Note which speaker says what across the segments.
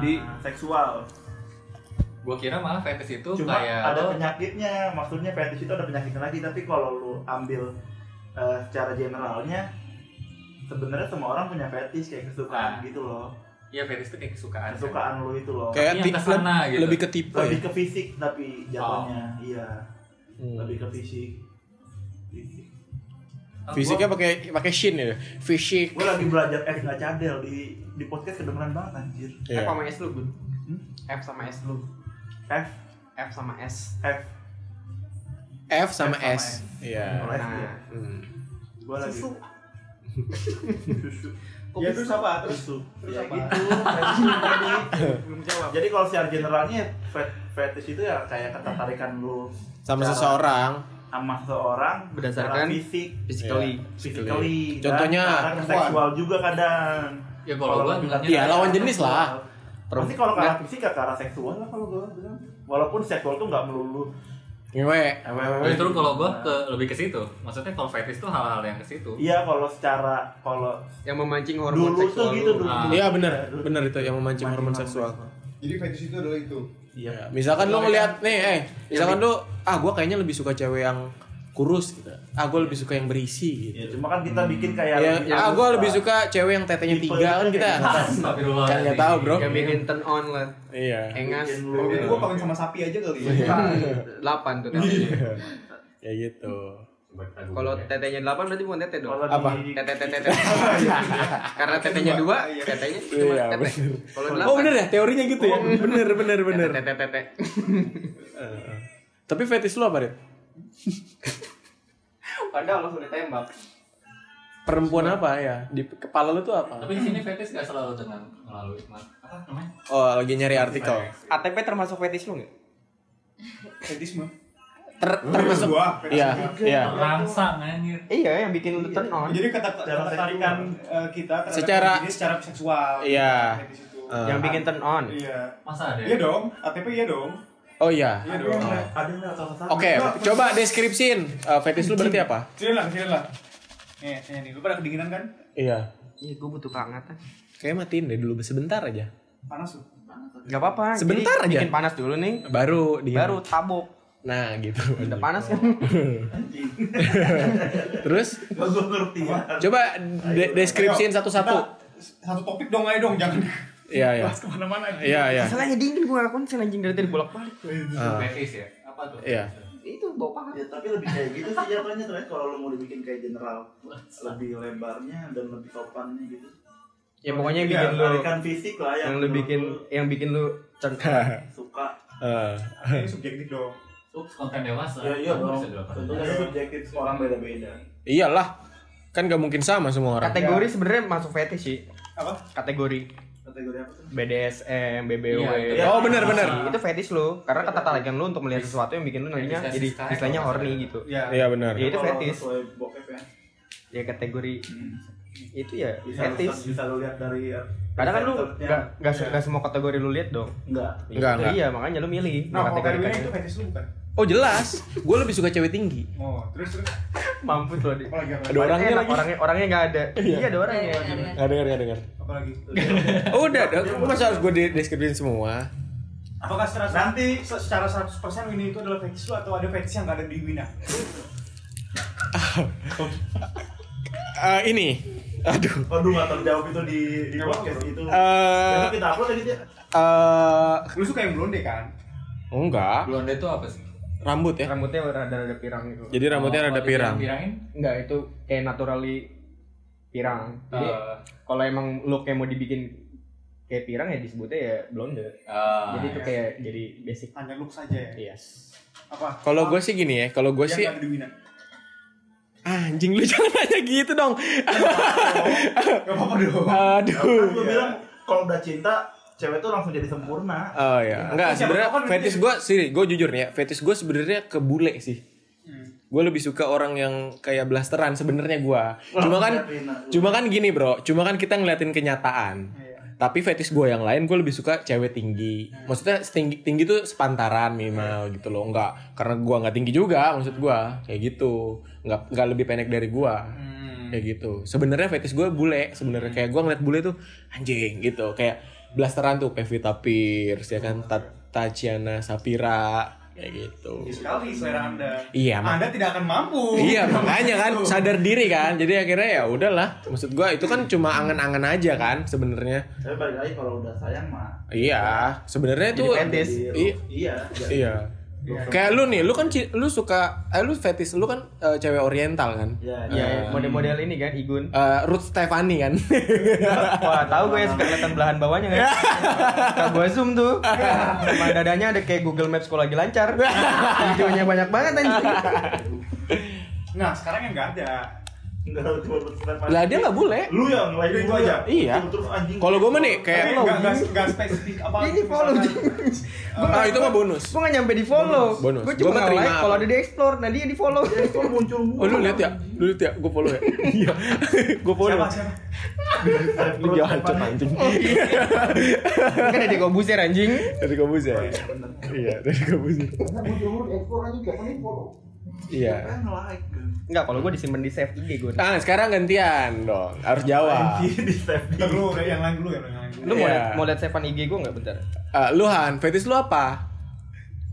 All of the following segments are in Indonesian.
Speaker 1: jadi
Speaker 2: Ah.
Speaker 3: seksual.
Speaker 2: Gua kira malah fetish itu
Speaker 3: Cuma
Speaker 2: kayak
Speaker 3: ada
Speaker 2: lo-
Speaker 3: penyakitnya, maksudnya fetish itu ada penyakitnya lagi. Tapi kalau lu ambil eh, secara generalnya, sebenarnya semua orang punya fetish kayak kesukaan
Speaker 2: Ah.
Speaker 3: gitu loh.
Speaker 2: Iya fetish itu kayak kesukaan.
Speaker 3: Kesukaan lu itu loh.
Speaker 2: Iya,
Speaker 1: kayak ti-
Speaker 2: kesana
Speaker 1: leb-
Speaker 2: gitu.
Speaker 1: lebih ke tipe
Speaker 3: Lebih
Speaker 1: ya.
Speaker 3: ke fisik tapi
Speaker 2: Oh.
Speaker 3: jatuhnya, iya.
Speaker 1: Hmm.
Speaker 3: Lebih ke fisik. fisik.
Speaker 2: Ah, gua-
Speaker 1: Fisiknya pakai pakai shin ya. Fisik.
Speaker 3: Gue lagi belajar F nggak cadel di di podcast kedengeran banget anjir.
Speaker 1: Iya.
Speaker 4: F sama S lu, Bun.
Speaker 3: Hmm?
Speaker 4: F sama S lu.
Speaker 3: F
Speaker 4: F sama S.
Speaker 3: F.
Speaker 1: F sama
Speaker 3: F sama
Speaker 1: S.
Speaker 3: S.
Speaker 1: Iya.
Speaker 3: Boleh. F, ya.
Speaker 4: Nah,
Speaker 1: Hmm.
Speaker 3: Gue lagi
Speaker 4: susu.
Speaker 3: susu.
Speaker 4: Kok
Speaker 3: ya
Speaker 4: bisa? Iya,
Speaker 3: terus apa? Terus tuh.
Speaker 4: Terus
Speaker 3: ya
Speaker 4: apa?
Speaker 3: gitu. fetish jadi
Speaker 4: Belum jawab.
Speaker 3: Jadi kalau secara generalnya fet- fetish itu ya kayak ketertarikan lu
Speaker 1: Sama
Speaker 3: Cara-
Speaker 1: seseorang.
Speaker 3: sama seorang
Speaker 4: Berdasarkan
Speaker 3: secara fisik,
Speaker 4: Physically.
Speaker 3: physically, dan
Speaker 1: Contohnya,
Speaker 3: kadang ke seksual juga kadang.
Speaker 2: Ya kalau gua
Speaker 3: lebih
Speaker 2: bilangnya
Speaker 1: Iya,
Speaker 3: ke
Speaker 1: lawan
Speaker 3: seksual.
Speaker 1: jenis lah.
Speaker 3: Pasti kalau ke arah fisik gak ke arah seksual lah kalau gua bilang. Walaupun seksual tuh nggak melulu.
Speaker 1: Ngewe.
Speaker 3: Ewe-ewe
Speaker 2: Justru
Speaker 3: gitu.
Speaker 2: kalau gua ke lebih ke situ. Maksudnya kalau fetish tuh hal-hal yang ke situ.
Speaker 3: Iya kalau secara kalau
Speaker 4: Yang memancing hormon
Speaker 3: dulu
Speaker 4: seksual
Speaker 3: tuh gitu
Speaker 4: lu.
Speaker 3: dulu.
Speaker 2: Ah.
Speaker 3: dulu.
Speaker 1: Iya bener, bener itu yang memancing
Speaker 3: Mancing
Speaker 1: hormon seksual.
Speaker 5: Jadi fetish itu adalah itu.
Speaker 3: Iya.
Speaker 1: Ya, misalkan lu ngeliat nih, eh, misalkan lu, ah gue kayaknya lebih suka cewek yang kurus gitu. Ah gue lebih suka yang berisi gitu.
Speaker 3: Ya, cuma kan kita bikin kayak
Speaker 1: Ya,
Speaker 3: lebih-
Speaker 1: ah gue lebih suka cewek yang tetenya
Speaker 3: Tipe
Speaker 1: tiga kan
Speaker 3: itu
Speaker 1: kita.
Speaker 3: kayak gitu.
Speaker 2: Astagfirullah.
Speaker 1: Kan nggak tahu, bro.
Speaker 4: Yang bikin turn on lah.
Speaker 1: Iya.
Speaker 4: Engas.
Speaker 3: Bikin lu-
Speaker 5: Jadi gua kawin sama sapi aja kali ya.
Speaker 4: 8 tuh
Speaker 1: Iya.
Speaker 4: tetenya.
Speaker 1: Kayak gitu.
Speaker 4: Kalau tetenya 8 berarti bukan tete dong.
Speaker 3: Kalau
Speaker 1: Apa?
Speaker 3: di-
Speaker 4: Tete tete tete. Karena tetenya 2, tetenya cuma
Speaker 1: Iya,
Speaker 4: tete.
Speaker 1: bener.
Speaker 4: Kalau
Speaker 1: Oh bener ya
Speaker 4: 8
Speaker 1: teorinya gitu
Speaker 3: Oh,
Speaker 1: ya. Bener bener bener.
Speaker 4: tete tete.
Speaker 1: Eh, Tapi fetish lu apa, Rit?
Speaker 4: Padahal langsung ditembak.
Speaker 1: Perempuan apa ya? Di kepala lu tuh apa?
Speaker 2: Tapi di sini fetish gak selalu dengan melalui apa namanya?
Speaker 1: Oh, lagi nyari artikel.
Speaker 4: ATP termasuk fetish lu enggak?
Speaker 5: Fetish mah.
Speaker 1: Ter termasuk
Speaker 5: Gua. fetish
Speaker 1: Iya,
Speaker 5: gua.
Speaker 1: iya.
Speaker 2: Rangsang anjir.
Speaker 4: Iya, yang bikin lu turn on.
Speaker 5: Oh, Jadi kata
Speaker 3: Secara
Speaker 5: ketertarikan eh, kita terhadap
Speaker 1: Secara-
Speaker 5: fetish secara seksual.
Speaker 1: Iya.
Speaker 5: Fetish itu.
Speaker 1: Eh.
Speaker 4: Yang bikin turn on.
Speaker 5: Iya.
Speaker 2: Masa ada?
Speaker 5: Iya dong, ATP iya dong.
Speaker 1: Oh iya.
Speaker 5: Iya dong.
Speaker 3: Ada nggak salah satu?
Speaker 1: Oke, coba deskripsiin eh, fetish lu berarti apa?
Speaker 5: Sini lah, sini lah. Nih, nih, nih. Lu pada kedinginan kan?
Speaker 1: Iya.
Speaker 4: Iya, gue butuh kehangatan.
Speaker 1: Kayak matiin deh dulu sebentar aja.
Speaker 5: Panas lu.
Speaker 4: Gak apa-apa. jadi
Speaker 1: Sebentar aja.
Speaker 4: Bikin panas dulu nih.
Speaker 1: Baru di
Speaker 4: Baru tabok.
Speaker 1: Nah, gitu.
Speaker 4: Udah panas kan?
Speaker 1: Terus
Speaker 3: Gak gue ngerti ya.
Speaker 1: coba de- deskripsiin
Speaker 5: Kita
Speaker 1: satu-satu.
Speaker 5: Satu topik dong aja dong, jangan
Speaker 1: Iya, iya.
Speaker 5: bahas kemana-mana.
Speaker 1: Iya, iya.
Speaker 4: Masalahnya dingin gue akun sih anjing dari tadi bolak-balik.
Speaker 1: Ah,
Speaker 2: Fetish ya. Apa tuh?
Speaker 1: Iya.
Speaker 4: Itu bau paha.
Speaker 3: Ya, tapi lebih kayak gitu sih jatuhnya terakhir kalau lo mau dibikin kayak general lebih lebarnya dan lebih sopannya gitu
Speaker 4: Ya pokoknya yang
Speaker 5: Iya,
Speaker 4: bikin lu
Speaker 3: tarikan fisik lah yang,
Speaker 4: yang lu
Speaker 3: menurut
Speaker 4: bikin
Speaker 3: lu
Speaker 4: yang bikin lu turn
Speaker 3: suka
Speaker 1: Ah. Eh,
Speaker 5: Ini subjektif dong.
Speaker 2: Ups, konten dewasa.
Speaker 3: ya iya
Speaker 2: Kamu
Speaker 3: dong
Speaker 2: bisa dilakukan. Iya.
Speaker 3: tentunya kan subjektif orang beda-beda
Speaker 1: iyalah. Kan gak mungkin sama semua orang.
Speaker 4: Kategori sebenarnya masuk fetish sih.
Speaker 5: Apa?
Speaker 4: Kategori
Speaker 3: kategori apa tuh
Speaker 4: BDSM, BBW.
Speaker 2: Iya,
Speaker 1: Oh, benar, benar.
Speaker 4: Itu fetish lu karena ketertarikan lu untuk melihat sesuatu yang bikin lu nantinya
Speaker 2: Fetish,
Speaker 4: jadi
Speaker 2: fetish,
Speaker 4: istilahnya
Speaker 2: fetish.
Speaker 4: horny gitu.
Speaker 5: Iya.
Speaker 1: Iya, benar.
Speaker 4: Ya, itu
Speaker 3: Kalau
Speaker 4: fetish.
Speaker 3: sesuai bokep ya
Speaker 4: Ya kategori itu ya
Speaker 3: bisa bisa,
Speaker 4: fetish.
Speaker 3: bisa lo lihat dari eh,
Speaker 4: Kadang kan lu
Speaker 3: reseptornya.
Speaker 4: gak, gak,
Speaker 5: Iya.
Speaker 4: gak semua kategori lu lihat dong.
Speaker 3: enggak
Speaker 1: Enggak, enggak.
Speaker 4: Iya, makanya lu milih.
Speaker 5: Nah, kalau kayak
Speaker 4: kategorikan.
Speaker 5: gini itu fetish lu bukan?
Speaker 1: Oh, jelas. Gue lebih suka cewek tinggi.
Speaker 5: Oh, terus terus
Speaker 4: Mampus lo di.
Speaker 5: apa lagi apa
Speaker 1: Ada
Speaker 5: lagi?
Speaker 1: orangnya
Speaker 4: Enak,
Speaker 1: lagi.
Speaker 4: Orangnya orangnya nggak ada. Iya, ada orangnya.
Speaker 1: Nggak dengar, nggak dengar.
Speaker 5: Apa lagi?
Speaker 1: Udah, aku masa harus gue di deskripsiin semua.
Speaker 5: Apakah secara nanti secara 100% Winnie itu adalah fetish lu atau ada fetish yang gak ada di Wina?
Speaker 1: Eh, ini, aduh.
Speaker 3: Waduh gak terjawab itu di di
Speaker 5: Nggak
Speaker 3: podcast
Speaker 5: apa-apa.
Speaker 3: itu
Speaker 1: Eh,
Speaker 3: Besok kita upload lagi dia
Speaker 1: eh,
Speaker 5: Lu suka yang blonde kan?
Speaker 1: enggak.
Speaker 2: Blonde itu apa sih?
Speaker 1: Rambut ya.
Speaker 4: Rambutnya rada-rada pirang gitu.
Speaker 1: Jadi rambutnya
Speaker 2: Kalau
Speaker 1: rada pirang.
Speaker 2: dipirang-pirangin,
Speaker 4: Enggak, itu kayak naturally pirang. Jadi
Speaker 1: Ah.
Speaker 2: eh,
Speaker 4: kalau emang look kayak mau dibikin kayak pirang ya disebutnya ya blonde.
Speaker 2: eh,
Speaker 1: Ah,
Speaker 4: jadi itu
Speaker 5: iya.
Speaker 4: kayak jadi basic.
Speaker 5: Hanya look saja ya.
Speaker 4: Yes.
Speaker 5: Apa?
Speaker 1: Kalau gue sih gini ya, kalau gue
Speaker 5: Yang
Speaker 1: sih
Speaker 5: nggak ada di Wina.
Speaker 1: anjing lu jangan nanya gitu dong.
Speaker 5: Gak apa-apa dong.
Speaker 3: Kan
Speaker 1: Aduh.
Speaker 3: gue bilang kalau udah cinta cewek tuh langsung jadi sempurna
Speaker 1: Oh ya, enggak
Speaker 5: Iya. Siapa
Speaker 1: sebenarnya
Speaker 5: tahu kan
Speaker 1: fetish gue sih, gue jujur nih ya, fetish gue sebenarnya ke bule sih.
Speaker 5: Hmm.
Speaker 1: Gue lebih suka orang yang kayak blasteran sebenarnya gue. Cuma
Speaker 5: iya,
Speaker 1: kan,
Speaker 3: Liatin,
Speaker 1: cuma kan gini bro, cuma kan kita ngeliatin kenyataan.
Speaker 5: Iya.
Speaker 1: Tapi fetish gue yang lain gue lebih suka cewek tinggi.
Speaker 5: Hmm.
Speaker 1: Maksudnya tinggi tinggi tuh sepantaran
Speaker 5: Iya.
Speaker 1: minimal gitu loh. Enggak karena gua nggak tinggi juga maksud gua kayak gitu. Enggak enggak lebih pendek dari gua.
Speaker 5: Hmm.
Speaker 4: Hmm.
Speaker 1: Kayak gitu. Sebenarnya fetish gue bule sebenarnya kayak gua ngeliat bule tuh anjing gitu. Kayak blasteran tuh Pevita Pierce ya
Speaker 4: Oh,
Speaker 1: kan Ta-
Speaker 4: iya.
Speaker 1: Tatiana Sapira kayak gitu
Speaker 5: Tinggi Iya sekali selera anda.
Speaker 1: iya mak-
Speaker 5: Anda tidak akan
Speaker 4: Oh.
Speaker 5: mampu.
Speaker 1: iya makanya kan sadar diri kan jadi akhirnya ya udahlah maksud gua itu kan cuma angan-angan aja kan sebenarnya
Speaker 3: Tapi balik lagi kalau udah sayang mah.
Speaker 1: iya sebenarnya
Speaker 4: Jadi
Speaker 1: tuh
Speaker 4: fetish.
Speaker 1: Iya.
Speaker 3: Iya. Iya.
Speaker 1: iya kayak lu nih lu kan ci- lu suka eh, lu fetish lu kan eh, cewek oriental kan
Speaker 3: Iya.
Speaker 4: Iya,
Speaker 1: Eh,
Speaker 4: model-model ini kan Igun.
Speaker 1: Eh, Ruth Stefani kan
Speaker 4: Wah, tahu gue ya, suka kelihatan belahan bawahnya kan. Suka gue zoom tuh. Sama dadanya ada kayak Google Maps kalau lagi lancar. Videonya banyak banget anjing.
Speaker 5: Nah sekarang yang nggak ada.
Speaker 3: Enggak tahu cuma berteman.
Speaker 1: lah dia nggak boleh
Speaker 3: Lu yang lain
Speaker 5: Itu
Speaker 3: gua.
Speaker 5: aja?
Speaker 1: Iya.
Speaker 3: Terus anjing.
Speaker 1: kalau gua mah nih kayak
Speaker 5: Tapi nggak nggak nggak spesifik apa.
Speaker 4: Ini follow
Speaker 5: misalkan. Eh,
Speaker 4: Jing.
Speaker 1: ah itu mah bonus
Speaker 4: Gue gak nyampe di follow.
Speaker 1: Bonus.
Speaker 4: Gue
Speaker 1: Gua mah
Speaker 4: cuma nge
Speaker 1: terima
Speaker 4: like
Speaker 1: apa?
Speaker 4: kalau ada di explore, nah dia di follow.
Speaker 3: Kalau muncul
Speaker 1: Oh lu lihat ya, lu lihat ya, gue follow ya. Iya, gue follow.
Speaker 5: Siapa siapa?
Speaker 1: Lu Oh, jahat Cet, anjing.
Speaker 4: kan ada kok buser anjing.
Speaker 1: Dari kabus
Speaker 5: Oh,
Speaker 1: ya. Iya, dari kabus. Iya.
Speaker 3: Kan like.
Speaker 4: Enggak, kalau gue disimpan di save IG gue.
Speaker 1: Ah, sekarang gantian dong. Harus jawab.
Speaker 3: Di step
Speaker 5: Ntar dulu udah yang lain dulu ya, yang lain dulu.
Speaker 4: Lu mau
Speaker 1: Iya.
Speaker 4: liat, mau liat savean IG gue nggak bentar?
Speaker 1: Eh, lu Han, fetish lu apa?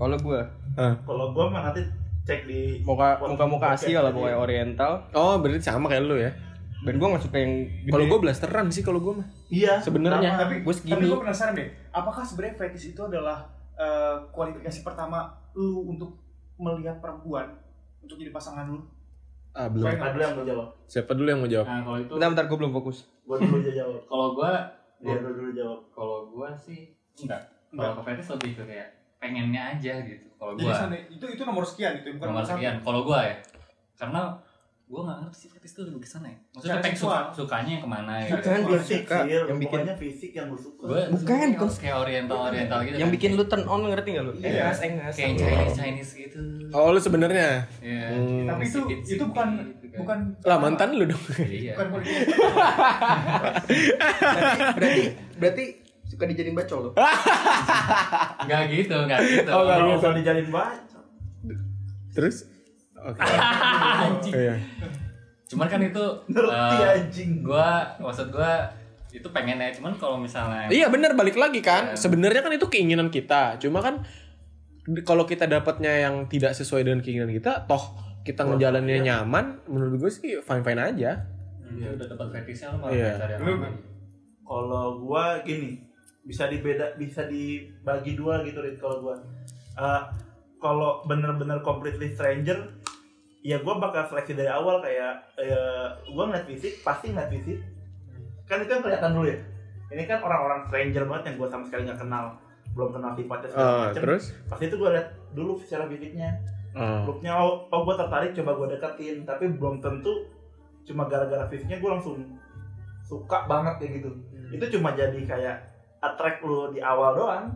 Speaker 4: Kalau gue
Speaker 1: Eh.
Speaker 3: Kalau gua mah nanti cek di
Speaker 4: muka muka muka Asia lah pokoknya
Speaker 3: orang.
Speaker 4: Oriental.
Speaker 1: Oh, berarti sama kayak lu ya.
Speaker 4: Dan gue nggak suka yang gede.
Speaker 1: Kalau gue blasteran sih kalau gue mah.
Speaker 3: Iya.
Speaker 1: Sebenarnya.
Speaker 5: Tapi
Speaker 4: Gua
Speaker 5: tapi
Speaker 4: segini.
Speaker 5: gue penasaran deh. Apakah sebenarnya fetish itu adalah eh, kualifikasi pertama lu untuk melihat perempuan untuk jadi pasangan lu?
Speaker 1: Ah, belum.
Speaker 5: Baik.
Speaker 3: Ada dulu yang mau jawab.
Speaker 1: Siapa dulu yang mau jawab?
Speaker 2: Nah, kalau itu
Speaker 4: Bentar bentar gue belum fokus.
Speaker 3: Gua dulu aja jawab.
Speaker 2: kalau gua
Speaker 3: Dia dulu dulu jawab.
Speaker 2: kalau gua sih enggak.
Speaker 5: Enggak.
Speaker 2: Kalau ke fetish lebih ke kayak pengennya aja gitu. Kalau
Speaker 5: Jadi
Speaker 2: gua
Speaker 5: sana- itu itu nomor sekian itu bukan
Speaker 2: nomor
Speaker 5: satu.
Speaker 2: sekian. Kalau gua ya. Karena gua nggak ngerti sih fetish itu lebih ke sana ya. Maksudnya
Speaker 5: Secara
Speaker 2: peng
Speaker 5: seksual.
Speaker 2: suka- sukanya yang kemana ya.
Speaker 4: Bukan, dia suka.
Speaker 3: Fisik,
Speaker 4: Yang bikin-
Speaker 3: pokoknya fisik yang gua suka.
Speaker 2: Gua
Speaker 4: kan. Bukan,
Speaker 2: suka
Speaker 4: bukan.
Speaker 2: kayak oriental oriental gitu.
Speaker 4: Yang
Speaker 2: kan.
Speaker 4: bikin lu turn on ngerti gak lu?
Speaker 5: Iya.
Speaker 4: Engas, engas.
Speaker 2: kayak Chinese Chinese gitu.
Speaker 1: Oh, lu sebenarnya.
Speaker 2: Iya.
Speaker 1: Hmm.
Speaker 5: Tapi itu
Speaker 2: Sedikit,
Speaker 5: itu bukan
Speaker 2: sedikit, kan.
Speaker 5: bukan
Speaker 1: Gitu Lah mantan lu dong.
Speaker 2: Iya.
Speaker 5: bukan kualifikasi.
Speaker 4: Berarti berarti suka dijadiin bacol lu.
Speaker 2: Enggak gitu, enggak gitu.
Speaker 1: Oh, nggak.
Speaker 3: Kalau usah dijalin baca.
Speaker 1: Terus? Oke.
Speaker 2: Anjing.
Speaker 1: Iya.
Speaker 2: Cuman kan itu
Speaker 3: Ngerti
Speaker 2: eh,
Speaker 3: anjing.
Speaker 2: gua maksud gua itu pengennya cuman kalau misalnya
Speaker 1: Iya benar balik lagi kan.
Speaker 2: Iya.
Speaker 1: Sebenarnya kan itu keinginan kita. Cuma kan di- kalau kita dapatnya yang tidak sesuai dengan keinginan kita, toh kita ngejalannya nyaman, menurut gue sih fine fine aja.
Speaker 5: Iya.
Speaker 2: Dia udah dapat fetishnya lu malah
Speaker 1: Iya.
Speaker 2: cari yang
Speaker 5: Lu-
Speaker 2: lain.
Speaker 3: kalau gua gini bisa dibeda bisa dibagi dua gitu Rit kalau gua Eh, kalau bener-bener completely stranger ya gua bakal seleksi dari awal kayak eh, gua ngeliat fisik pasti ngeliat fisik kan itu yang kelihatan dulu ya ini kan orang-orang stranger banget yang gua sama sekali nggak kenal belum kenal sifatnya segala
Speaker 4: Ah,
Speaker 1: Eh,
Speaker 3: macem.
Speaker 1: terus?
Speaker 3: pasti itu gua lihat dulu secara fisiknya
Speaker 1: Eh,
Speaker 3: looknya oh, oh gue tertarik coba gue deketin tapi belum tentu cuma gara-gara fisiknya gue langsung suka banget kayak gitu itu cuma jadi kayak attract lu di awal doang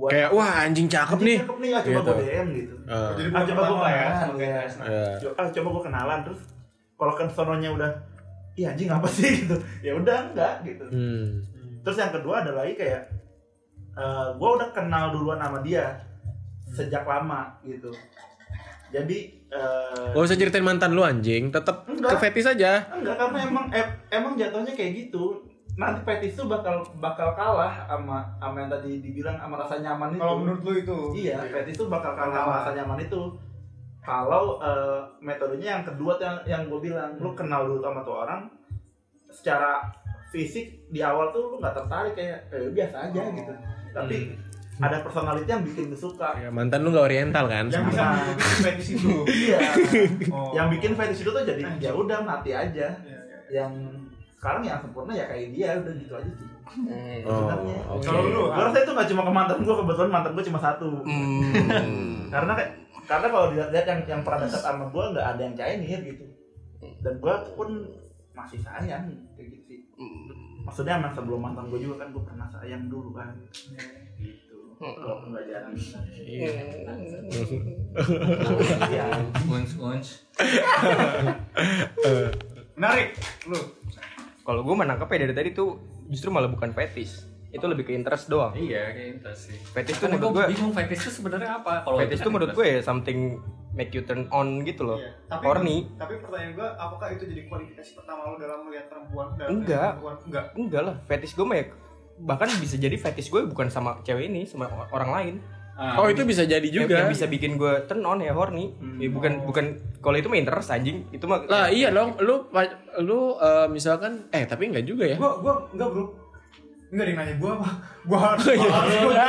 Speaker 3: buat
Speaker 1: kayak wah anjing cakep nih.
Speaker 3: cakep nih ah, coba
Speaker 1: Gitu.
Speaker 3: gue DM gitu
Speaker 1: Eh,
Speaker 5: Oh,
Speaker 3: Ah,
Speaker 5: Jadi bukan
Speaker 3: coba
Speaker 5: pertama
Speaker 3: gua
Speaker 5: ya.
Speaker 3: kenalan,
Speaker 5: sama kayak
Speaker 3: iya.
Speaker 5: Tesna.
Speaker 1: iya.
Speaker 3: Co- ah, coba gue kenalan terus kalau kan sononya udah iya anjing apa sih gitu ya udah enggak gitu
Speaker 1: Hmm.
Speaker 3: terus yang kedua ada lagi kayak eh gue udah kenal duluan sama dia sejak lama gitu jadi eh,
Speaker 1: Gak usah ceritain mantan lu anjing, tetap
Speaker 3: Enggak.
Speaker 1: ke fetish aja.
Speaker 3: Enggak karena emang em- emang jatuhnya kayak gitu. Nanti petis tuh bakal bakal kalah sama sama yang tadi dibilang sama rasa nyaman itu.
Speaker 5: Kalau menurut lu itu
Speaker 3: iya, petis tuh bakal kalah sama rasa nyaman itu. Kalau eh, metodenya yang kedua tuh yang yang gue bilang, lu kenal dulu sama tuh orang secara fisik di awal tuh lu nggak tertarik kayak eh, biasa aja gitu. Tapi ada personality yang bikin lu suka.
Speaker 1: Ya, mantan lu gak oriental kan?
Speaker 5: yang bisa menutupi fetish itu.
Speaker 3: Iya.
Speaker 5: Oh.
Speaker 3: yang bikin fetish itu tuh jadi ya udah mati aja.
Speaker 5: Iya, iya.
Speaker 3: yang sekarang yang sempurna ya kayak dia udah gitu aja sih
Speaker 1: Oh,
Speaker 3: sebenarnya.
Speaker 1: oke.
Speaker 5: Kalau lu
Speaker 3: gue rasa itu gak cuma ke mantan gue kebetulan mantan gue cuma satu
Speaker 1: Hmm.
Speaker 3: karena kayak karena kalau dilihat-lihat yang yang pernah dekat sama gue nggak ada yang cair gitu dan gue pun masih sayang kayak gitu sih maksudnya emang sebelum mantan gue juga kan gue pernah sayang dulu kan gitu kalau nggak jadi iya
Speaker 2: Unch, unch.
Speaker 5: menarik lu.
Speaker 4: Kalau gue menangkapnya dari tadi tuh justru malah bukan fetish. Itu lebih ke interest doang.
Speaker 2: Iya, kayak itu sih.
Speaker 4: Fetish tuh
Speaker 2: Karena
Speaker 4: menurut
Speaker 2: gua
Speaker 4: gue
Speaker 2: bingung fetish itu sebenarnya apa? Kalau kan
Speaker 4: fetish tuh menurut gue ya something make you turn on gitu loh.
Speaker 5: Iya. Tapi
Speaker 4: Horny.
Speaker 5: Tapi pertanyaan gua apakah itu jadi kualifikasi pertama lu dalam melihat perempuan dalam
Speaker 4: Enggak.
Speaker 5: melihat perempuan? Enggak.
Speaker 4: Enggak lah, fetish gue mah ya bahkan bisa jadi fetish gue bukan sama cewek ini sama o- orang lain
Speaker 1: Oh itu bisa jadi
Speaker 4: Yang-
Speaker 1: juga. Hmm.
Speaker 4: yang bisa bikin gue turn on ya horny Ya, bukan bukan kalau itu mah interest anjing itu mah
Speaker 1: Lah iya dong, lu pa- lu eh, misalkan eh tapi enggak juga ya.
Speaker 5: Gua gua enggak, Bro. Enggak ada yang nanya gua apa? Gua harus. Enggak
Speaker 1: Oh, iya.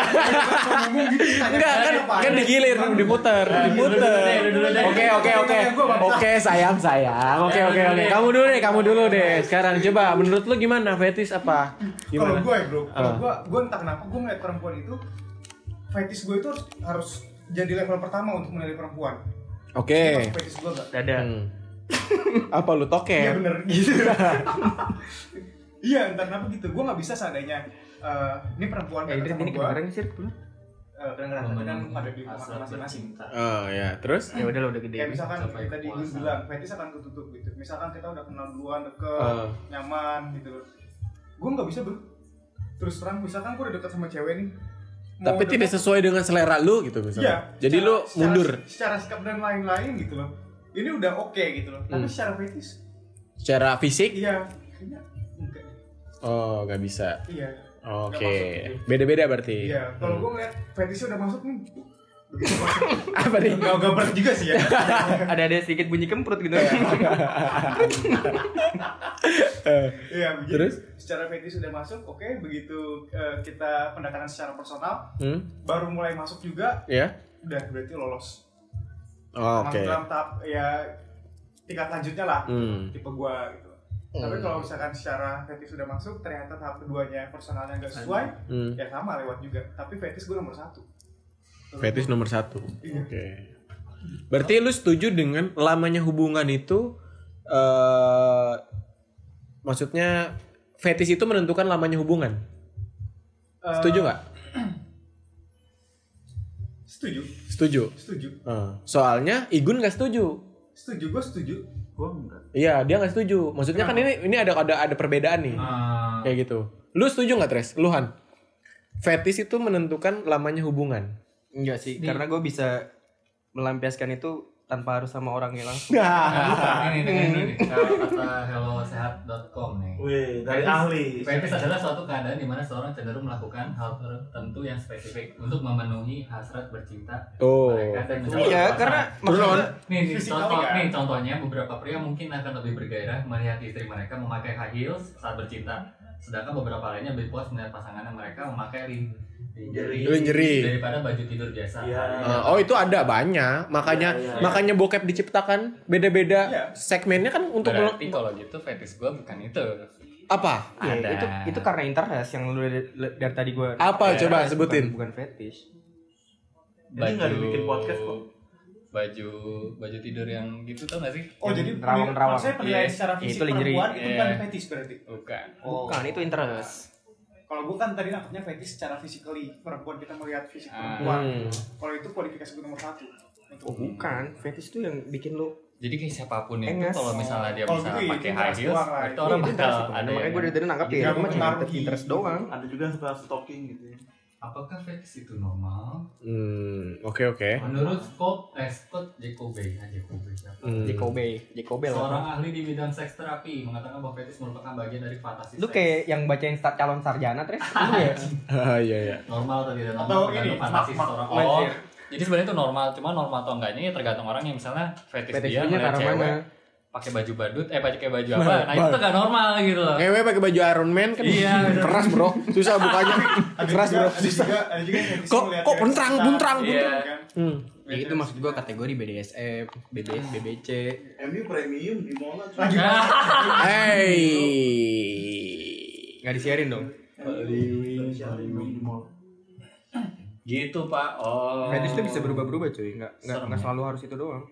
Speaker 1: Enggak kan kan digilir, diputer, diputer.
Speaker 2: deh, lu dulu deh.
Speaker 1: Oke oke oke. Oke sayang sayang. Oke oke oke. Kamu dulu deh, kamu dulu deh. Sekarang coba menurut lu gimana fetish apa?
Speaker 5: Kalau
Speaker 1: Gimana?
Speaker 5: gue ya bro, kalau
Speaker 1: Ah.
Speaker 5: gue gue entah kenapa gue ngeliat perempuan itu fetish gue itu harus, harus jadi level pertama untuk menilai perempuan. Itu
Speaker 1: Oke.
Speaker 5: masuk fetish gue gak?
Speaker 4: dada
Speaker 1: Hmm. Apa lu
Speaker 5: Iya
Speaker 1: toke?
Speaker 5: bener gitu. Iya entah kenapa gitu, gue nggak bisa seandainya eh, ini perempuan
Speaker 4: ya Idris
Speaker 5: sama
Speaker 4: ini
Speaker 5: gua,
Speaker 4: kedengeran sih belum
Speaker 5: eh, kedengeran tapi kan ada di rumah masing-masing.
Speaker 1: Oh ya, terus
Speaker 4: ya udah lo udah gede
Speaker 5: Kayak misalkan
Speaker 2: Sampai
Speaker 5: tadi gue
Speaker 2: puasa.
Speaker 5: bilang fetish akan ketutup gitu. Misalkan kita udah kenal duluan deket,
Speaker 1: Ah.
Speaker 5: nyaman gitu loh. Gue nggak bisa bro. Terus terang misalkan gue udah deket sama cewek nih. mau
Speaker 1: tapi tidak
Speaker 5: deket-
Speaker 1: sesuai dengan selera lu gitu misalnya.
Speaker 5: Iya.
Speaker 1: Jadi
Speaker 5: secara-
Speaker 1: lu
Speaker 5: secara-
Speaker 1: mundur
Speaker 5: Secara, sikap dan lain-lain gitu loh. Ini udah oke gitu loh. Tapi
Speaker 1: Hmm.
Speaker 5: secara fetish,
Speaker 1: secara fisik?
Speaker 5: iya, kayaknya enggak.
Speaker 1: Oh, nggak bisa.
Speaker 5: Iya,
Speaker 1: Oke. Beda-beda berarti.
Speaker 5: iya. Kalau
Speaker 1: Hmm.
Speaker 5: gue ngeliat fetishnya udah masuk hmm. nih. Begitu masuk.
Speaker 1: apa nih?
Speaker 5: Enggak enggak berat juga sih ya.
Speaker 4: ada ada sedikit bunyi kemprut gitu
Speaker 5: Iya, begitu.
Speaker 1: Terus?
Speaker 5: Secara fetish udah masuk, oke. Begitu eh, kita pendekatan secara personal,
Speaker 1: Hmm?
Speaker 5: baru mulai masuk juga,
Speaker 1: Ya.
Speaker 5: udah berarti lolos.
Speaker 1: Oh, Oke.
Speaker 5: Masuk Dalam tahap ya tingkat lanjutnya lah.
Speaker 1: Hmm.
Speaker 5: tipe gua gitu. Tapi
Speaker 1: Hmm.
Speaker 5: kalau misalkan secara fetish sudah masuk, ternyata tahap keduanya personalnya nggak sesuai,
Speaker 1: Hmm.
Speaker 5: ya sama lewat juga. Tapi fetish gua nomor satu. Terus-
Speaker 1: Fetish nomor satu.
Speaker 5: Iya.
Speaker 1: Oke. Berarti lu setuju dengan lamanya hubungan itu eh maksudnya fetish itu menentukan lamanya hubungan.
Speaker 5: Eh,
Speaker 1: Setuju nggak?
Speaker 5: Setuju,
Speaker 1: Setuju.
Speaker 5: setuju,
Speaker 1: Eh, soalnya Igun nggak setuju.
Speaker 5: setuju gua setuju.
Speaker 3: Gua enggak.
Speaker 1: Iya, dia nggak setuju. Maksudnya kan ini ini ada ada ada perbedaan nih.
Speaker 2: Ah,
Speaker 1: Kayak gitu. Lu setuju nggak, Tres? Lu Han. Fetish itu menentukan lamanya hubungan.
Speaker 4: enggak sih karena gue bisa melampiaskan itu tanpa harus sama orangnya langsung
Speaker 1: Nah,
Speaker 2: ini
Speaker 4: eh,
Speaker 2: dengan ini nih, kalau kata hellosehat.com nih.
Speaker 3: Wih, dari
Speaker 2: Fetish-
Speaker 3: ahli.
Speaker 2: Fetish adalah suatu keadaan di mana seorang cenderung melakukan hal tertentu yang spesifik untuk memenuhi hasrat bercinta
Speaker 1: Oh.
Speaker 2: mereka dan mencapai
Speaker 4: iya
Speaker 2: pasangan.
Speaker 4: karena maksudnya
Speaker 2: Nih, nih,
Speaker 5: Physical
Speaker 2: contoh,
Speaker 5: kan?
Speaker 2: nih contohnya beberapa pria mungkin akan lebih bergairah melihat istri mereka memakai high heels saat bercinta, sedangkan beberapa lainnya lebih puas melihat pasangannya mereka memakai lin- lingerie,
Speaker 1: Lingerie.
Speaker 2: daripada baju tidur biasa.
Speaker 3: Iya.
Speaker 1: Eh, oh itu ada banyak, makanya
Speaker 3: Iya, iya.
Speaker 1: makanya bokep diciptakan beda-beda
Speaker 5: Iya.
Speaker 1: segmennya kan untuk
Speaker 2: Berarti
Speaker 1: mel-
Speaker 2: kalau gitu fetish gua bukan itu.
Speaker 1: apa?
Speaker 4: Ya,
Speaker 2: Ada.
Speaker 4: itu itu karena interest yang lu dari, dari tadi gue Iya,
Speaker 1: Apa? Coba sebutin.
Speaker 4: bukan, bukan fetish
Speaker 3: Ini nggak dibikin podcast kok.
Speaker 2: Baju baju tidur yang gitu tau gak sih?
Speaker 5: Oh jadi
Speaker 4: rawang-rawang.
Speaker 5: Saya
Speaker 2: Iya,
Speaker 5: penilaian secara
Speaker 4: itu
Speaker 5: fisik
Speaker 4: lingerie.
Speaker 5: perempuan itu bukan
Speaker 2: Iya.
Speaker 5: fetish berarti.
Speaker 2: Bukan.
Speaker 4: bukan itu interest
Speaker 5: Kalau gua kan tadi nangkepnya fetish secara physically perempuan kita melihat fisik
Speaker 2: Ah.
Speaker 5: perempuan.
Speaker 1: Hmm.
Speaker 5: Kalau itu kualifikasi gua nomor satu. Untuk
Speaker 4: oh bukan fetish itu yang bikin lu
Speaker 2: Jadi kayak siapapun itu
Speaker 4: Enggak.
Speaker 2: kalau misalnya dia
Speaker 5: Kalau
Speaker 2: bisa
Speaker 5: gitu ya,
Speaker 2: pakai
Speaker 5: itu
Speaker 2: high
Speaker 5: interest
Speaker 2: heels,
Speaker 5: doang lah.
Speaker 2: itu orang
Speaker 4: Iya,
Speaker 2: bakal
Speaker 4: interest,
Speaker 2: ada
Speaker 4: makanya
Speaker 2: yang-
Speaker 4: gue dari tadi nangkep ya
Speaker 5: Nggak
Speaker 4: itu mah cuma
Speaker 5: mempengaruhi.
Speaker 4: interest doang
Speaker 3: Ada juga yang suka stalking gitu ya.
Speaker 2: Apakah fetish itu normal?
Speaker 1: Hmm, oke oke.
Speaker 2: Menurut Scott, eh, Scott Jacoby, ah, Jacoby siapa?
Speaker 1: Hmm.
Speaker 4: Jacobe Jacobe
Speaker 2: Seorang
Speaker 4: lah
Speaker 2: ahli di bidang seks terapi mengatakan bahwa fetish merupakan bagian dari fantasi
Speaker 4: lu
Speaker 2: seks.
Speaker 4: kayak yang bacain sta- calon sarjana tres lu ya
Speaker 1: Ah, iya iya.
Speaker 2: normal atau tidak
Speaker 5: Atau
Speaker 2: normal tergantung
Speaker 5: ini,
Speaker 2: fantasi
Speaker 5: mak-
Speaker 2: seseorang.
Speaker 4: mak-
Speaker 2: Oh,
Speaker 4: Mesir.
Speaker 2: jadi sebenarnya itu normal, cuma normal atau enggaknya ya tergantung orang yang misalnya fetish, dia
Speaker 4: fetishnya
Speaker 2: melihat
Speaker 4: karena
Speaker 2: cewek
Speaker 4: mana
Speaker 2: pakai baju badut, eh pakai kayak baju apa? Nah, itu tuh gak normal gitu loh.
Speaker 1: Ngewe pakai baju Iron Man kan
Speaker 2: Iya, bener.
Speaker 1: keras bro, susah bukanya.
Speaker 5: ada
Speaker 1: keras
Speaker 5: juga,
Speaker 1: bro.
Speaker 5: ada juga, ada juga yang fetish
Speaker 1: Kok-
Speaker 5: melihat
Speaker 1: kok
Speaker 5: cewek
Speaker 1: bentrang,
Speaker 5: kita,
Speaker 1: bentrang,
Speaker 5: gitu
Speaker 2: bentrang.
Speaker 5: kan.
Speaker 1: Hmm.
Speaker 4: ya itu maksud gue kategori BDSM BBS
Speaker 2: Hmm.
Speaker 4: BBC
Speaker 3: MU premium di mall lah.
Speaker 5: Lanjut.
Speaker 2: Nah,
Speaker 1: Hey.
Speaker 4: nggak disiarin dong
Speaker 3: Di mall.
Speaker 2: Gitu pak. Oh.
Speaker 4: fetish itu bisa berubah-berubah cuy nggak nggak
Speaker 2: Serem
Speaker 4: nggak
Speaker 2: ya.
Speaker 4: selalu harus itu doang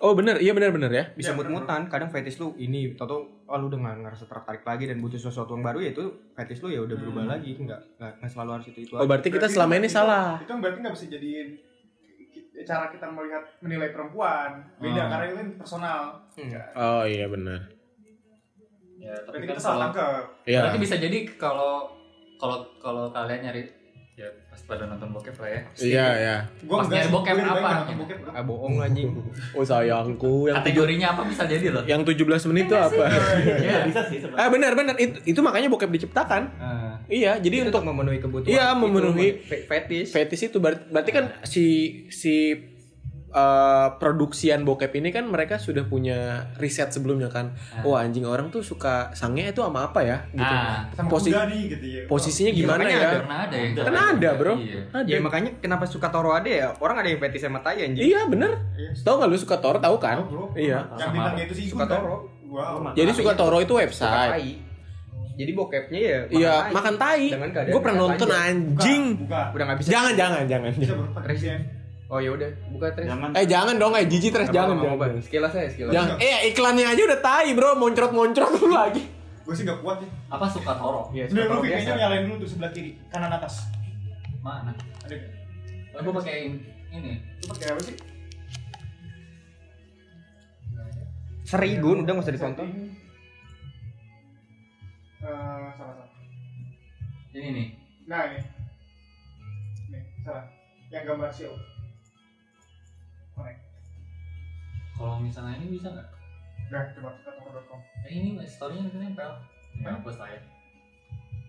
Speaker 1: Oh bener, iya bener bener ya.
Speaker 4: bisa
Speaker 5: Ya,
Speaker 4: mut-mutan kadang fetish lu ini toto oh lu udah nggak ngerasa tertarik lagi dan butuh sesuatu yang baru ya itu fetish lu ya udah berubah
Speaker 2: Hmm.
Speaker 4: lagi nggak nggak nggak selalu harus itu itu
Speaker 1: Oh
Speaker 4: aja.
Speaker 1: berarti kita
Speaker 5: Berarti
Speaker 1: selama ini
Speaker 5: itu-
Speaker 1: salah.
Speaker 5: Itu berarti nggak bisa jadiin ki- cara kita melihat menilai perempuan beda
Speaker 2: Hmm.
Speaker 5: karena itu kan personal.
Speaker 4: Iya.
Speaker 1: Oh iya bener.
Speaker 2: Ya,
Speaker 5: Berarti
Speaker 2: tapi kan Ya.
Speaker 5: kita salah
Speaker 2: kalau
Speaker 5: tangkap.
Speaker 2: Berarti
Speaker 1: Iya.
Speaker 2: bisa jadi kalau kalau kalau kalian nyari ya pas pada nonton bokep lah ya.
Speaker 1: Iya iya.
Speaker 5: Gua
Speaker 2: Pas nyari
Speaker 5: sih,
Speaker 2: bokep
Speaker 5: gua
Speaker 2: apa?
Speaker 5: nggak nonton bokep.
Speaker 4: ah bohong lu, anjing
Speaker 1: Oh sayangku yang
Speaker 2: Kategorinya apa bisa jadi
Speaker 1: Iya,
Speaker 2: loh.
Speaker 1: yang 17 menit itu apa?
Speaker 3: Iya, bisa sih sebenarnya.
Speaker 1: Ah benar benar itu, itu makanya bokep diciptakan.
Speaker 2: Eh,
Speaker 1: Iya, jadi
Speaker 4: Itu
Speaker 1: untuk
Speaker 4: untuk memenuhi kebutuhan.
Speaker 1: Iya,
Speaker 4: itu,
Speaker 1: memenuhi
Speaker 4: fe- fetish.
Speaker 1: fetish itu berarti, berarti kan si si eh, produksian bokep ini kan mereka sudah punya riset sebelumnya kan.
Speaker 2: Ah.
Speaker 1: Wah, anjing orang tuh suka sange itu sama apa ya gitu.
Speaker 2: Ah.
Speaker 5: sama
Speaker 1: Posi-
Speaker 5: kuda nih gitu ya
Speaker 1: posisinya gimana
Speaker 4: makanya
Speaker 1: ya?
Speaker 4: ada.
Speaker 2: Pernah ada ya?
Speaker 1: Kan ada, Bro.
Speaker 2: Iya.
Speaker 1: Ada.
Speaker 4: Ya makanya kenapa suka toro ada ya? Orang ada yang fetish sama tai anjing.
Speaker 1: Iya, bener. Tahu nggak lu suka Toro tahu kan?
Speaker 5: Tahu, bro.
Speaker 1: Iya.
Speaker 5: yang
Speaker 2: Sama-
Speaker 5: bintangnya itu sih kan?
Speaker 4: Suka toro.
Speaker 5: wow
Speaker 1: Jadi suka Toro itu
Speaker 4: Suka
Speaker 1: website.
Speaker 4: tai. Jadi bokepnya ya
Speaker 1: Iya, makan tai.
Speaker 4: Dengan keadaan
Speaker 1: Gue pernah
Speaker 4: makan
Speaker 1: nonton
Speaker 4: panjang.
Speaker 1: anjing.
Speaker 5: buka
Speaker 4: Udah nggak bisa.
Speaker 1: Jangan, jangan, jangan.
Speaker 5: bisa berapa
Speaker 4: Resi- Oh ya udah, buka terus.
Speaker 3: Jangan.
Speaker 1: Eh jangan dong, eh jijik terus jangan jangan.
Speaker 4: Sekilas saya, sekilas.
Speaker 1: Jangan. Eh iklannya aja udah tai bro, moncrot-moncrot dulu lagi.
Speaker 5: gue sih gak kuat ya
Speaker 2: Apa suka toro?
Speaker 4: Iya,
Speaker 5: udah
Speaker 4: sekilas
Speaker 5: lu
Speaker 4: biasa.
Speaker 5: kayaknya nyalain dulu tuh sebelah kiri kanan atas
Speaker 2: Mana?
Speaker 5: ada nggak?
Speaker 2: Aku pakai ini. ini.
Speaker 5: lu pakai apa sih
Speaker 4: Seri Gun, udah nggak usah ditonton.
Speaker 5: Eh, salah salah
Speaker 2: Ini nih.
Speaker 5: nah ini nih salah yang gambar sio connect
Speaker 2: Kalau misalnya ini bisa nggak?
Speaker 5: udah Nah, coba kita toko.com
Speaker 2: Eh ini story-nya itu nempel. Hapus lah ya.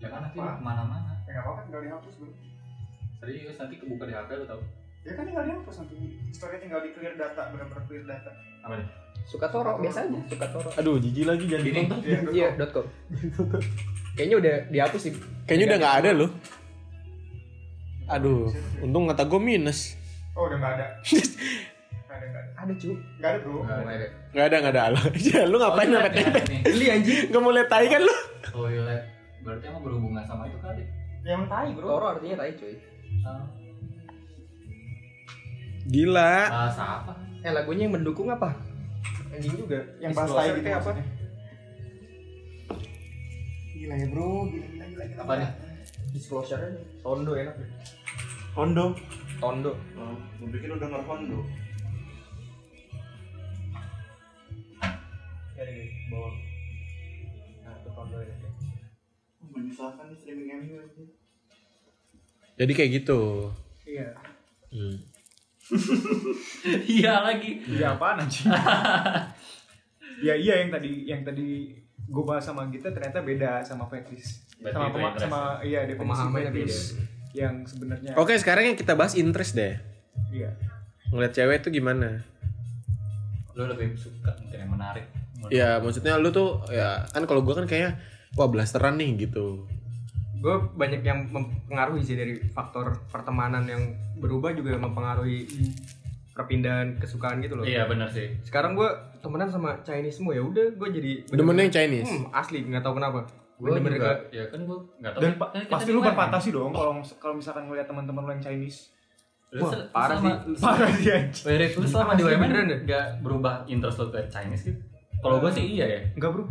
Speaker 2: Jangan Ya kan, nanti
Speaker 5: Apa?
Speaker 2: kemana-mana.
Speaker 5: ya nggak apa-apa tinggal dihapus bro
Speaker 2: Serius nanti kebuka di HP lu tau.
Speaker 5: ya kan tinggal dihapus nanti historinya tinggal di clear data benar-benar clear data
Speaker 2: Apa nih?
Speaker 4: Suka toro biasanya, suka toro.
Speaker 1: Aduh, jijik lagi jadi
Speaker 2: Ini.
Speaker 5: Iya, dot com.
Speaker 4: Iya, dot com. Kayaknya udah dihapus sih.
Speaker 1: Kayaknya udah nggak ada loh. Aduh, untung kata gue minus.
Speaker 5: oh udah nggak ada nggak ada nggak ada
Speaker 4: Ada cu.
Speaker 5: nggak ada bro
Speaker 2: Nggak ada.
Speaker 1: Nggak ada, nggak ada. Alah. Ya, lu ngapain
Speaker 2: Oh,
Speaker 1: oh,
Speaker 2: toilet ya, ini.
Speaker 4: Beli anjing.
Speaker 1: Nggak mau lihat tai kan lu?
Speaker 2: Toilet. Berarti emang berhubungan sama itu kali.
Speaker 5: yang tai bro
Speaker 4: Toro artinya tai cuy.
Speaker 2: Ah,
Speaker 1: Gila.
Speaker 2: Bahasa apa?
Speaker 4: Eh lagunya yang mendukung apa? Anjing juga.
Speaker 5: yang bahas tai gitu
Speaker 4: kayak apa?
Speaker 5: maksudnya. gila ya bro gila gila gila gila
Speaker 2: Apa nih?
Speaker 4: Disclosure aja. Tondo enak. ya.
Speaker 3: Kondo.
Speaker 4: Tondo.
Speaker 3: Oh, gue pikir lu denger kondo.
Speaker 4: Bawang. Nah, itu tondo enak. ya.
Speaker 3: Oh, Menyusahkan nih streaming MU aja.
Speaker 1: Jadi kayak gitu.
Speaker 5: iya
Speaker 1: Hmm.
Speaker 2: Iya lagi.
Speaker 5: Iya apaan anjing? ya iya yang tadi yang tadi gue bahas sama kita ternyata beda sama fetish.
Speaker 2: Berarti
Speaker 5: Sama
Speaker 2: itu
Speaker 5: pema-
Speaker 2: interest ya?
Speaker 5: sama iya definisi
Speaker 4: Pemahamannya
Speaker 5: fetish
Speaker 4: beda.
Speaker 5: yang sebenarnya.
Speaker 1: Oke, sekarang yang kita bahas interest deh.
Speaker 5: Iya.
Speaker 1: Ngeliat cewek tuh gimana?
Speaker 2: Lu lebih suka mungkin yang menarik.
Speaker 1: Ya, maksudnya lu tuh ya kan kalau gua kan kayaknya wah blasteran nih gitu.
Speaker 4: gue banyak yang mempengaruhi sih dari faktor pertemanan yang berubah juga mempengaruhi perpindahan kesukaan gitu loh.
Speaker 2: Iya benar sih.
Speaker 4: Sekarang gue temenan sama Chinese semua ya udah gue jadi
Speaker 1: Demennya yang Chinese.
Speaker 4: Hmm, asli nggak tahu kenapa. Gue
Speaker 2: Gue
Speaker 4: bener
Speaker 2: juga. Ya kan gue nggak tahu.
Speaker 5: Dan
Speaker 2: sih.
Speaker 5: pa-
Speaker 2: Kan kita
Speaker 5: pasti
Speaker 2: di
Speaker 5: lu
Speaker 2: mana?
Speaker 5: berfantasi dong kalau kalau misalkan ngeliat teman-teman lu yang Chinese.
Speaker 2: Lu
Speaker 4: Wah,
Speaker 2: sel-
Speaker 4: parah
Speaker 2: selama-
Speaker 4: sih.
Speaker 5: Parah dia anjing.
Speaker 2: Wait, Rick, lu selama
Speaker 4: Asli
Speaker 2: di WMN
Speaker 4: beneran deh.
Speaker 2: ya? nggak berubah interest lu ke Chinese gitu? Kalau gue sih iya ya.
Speaker 5: Enggak bro.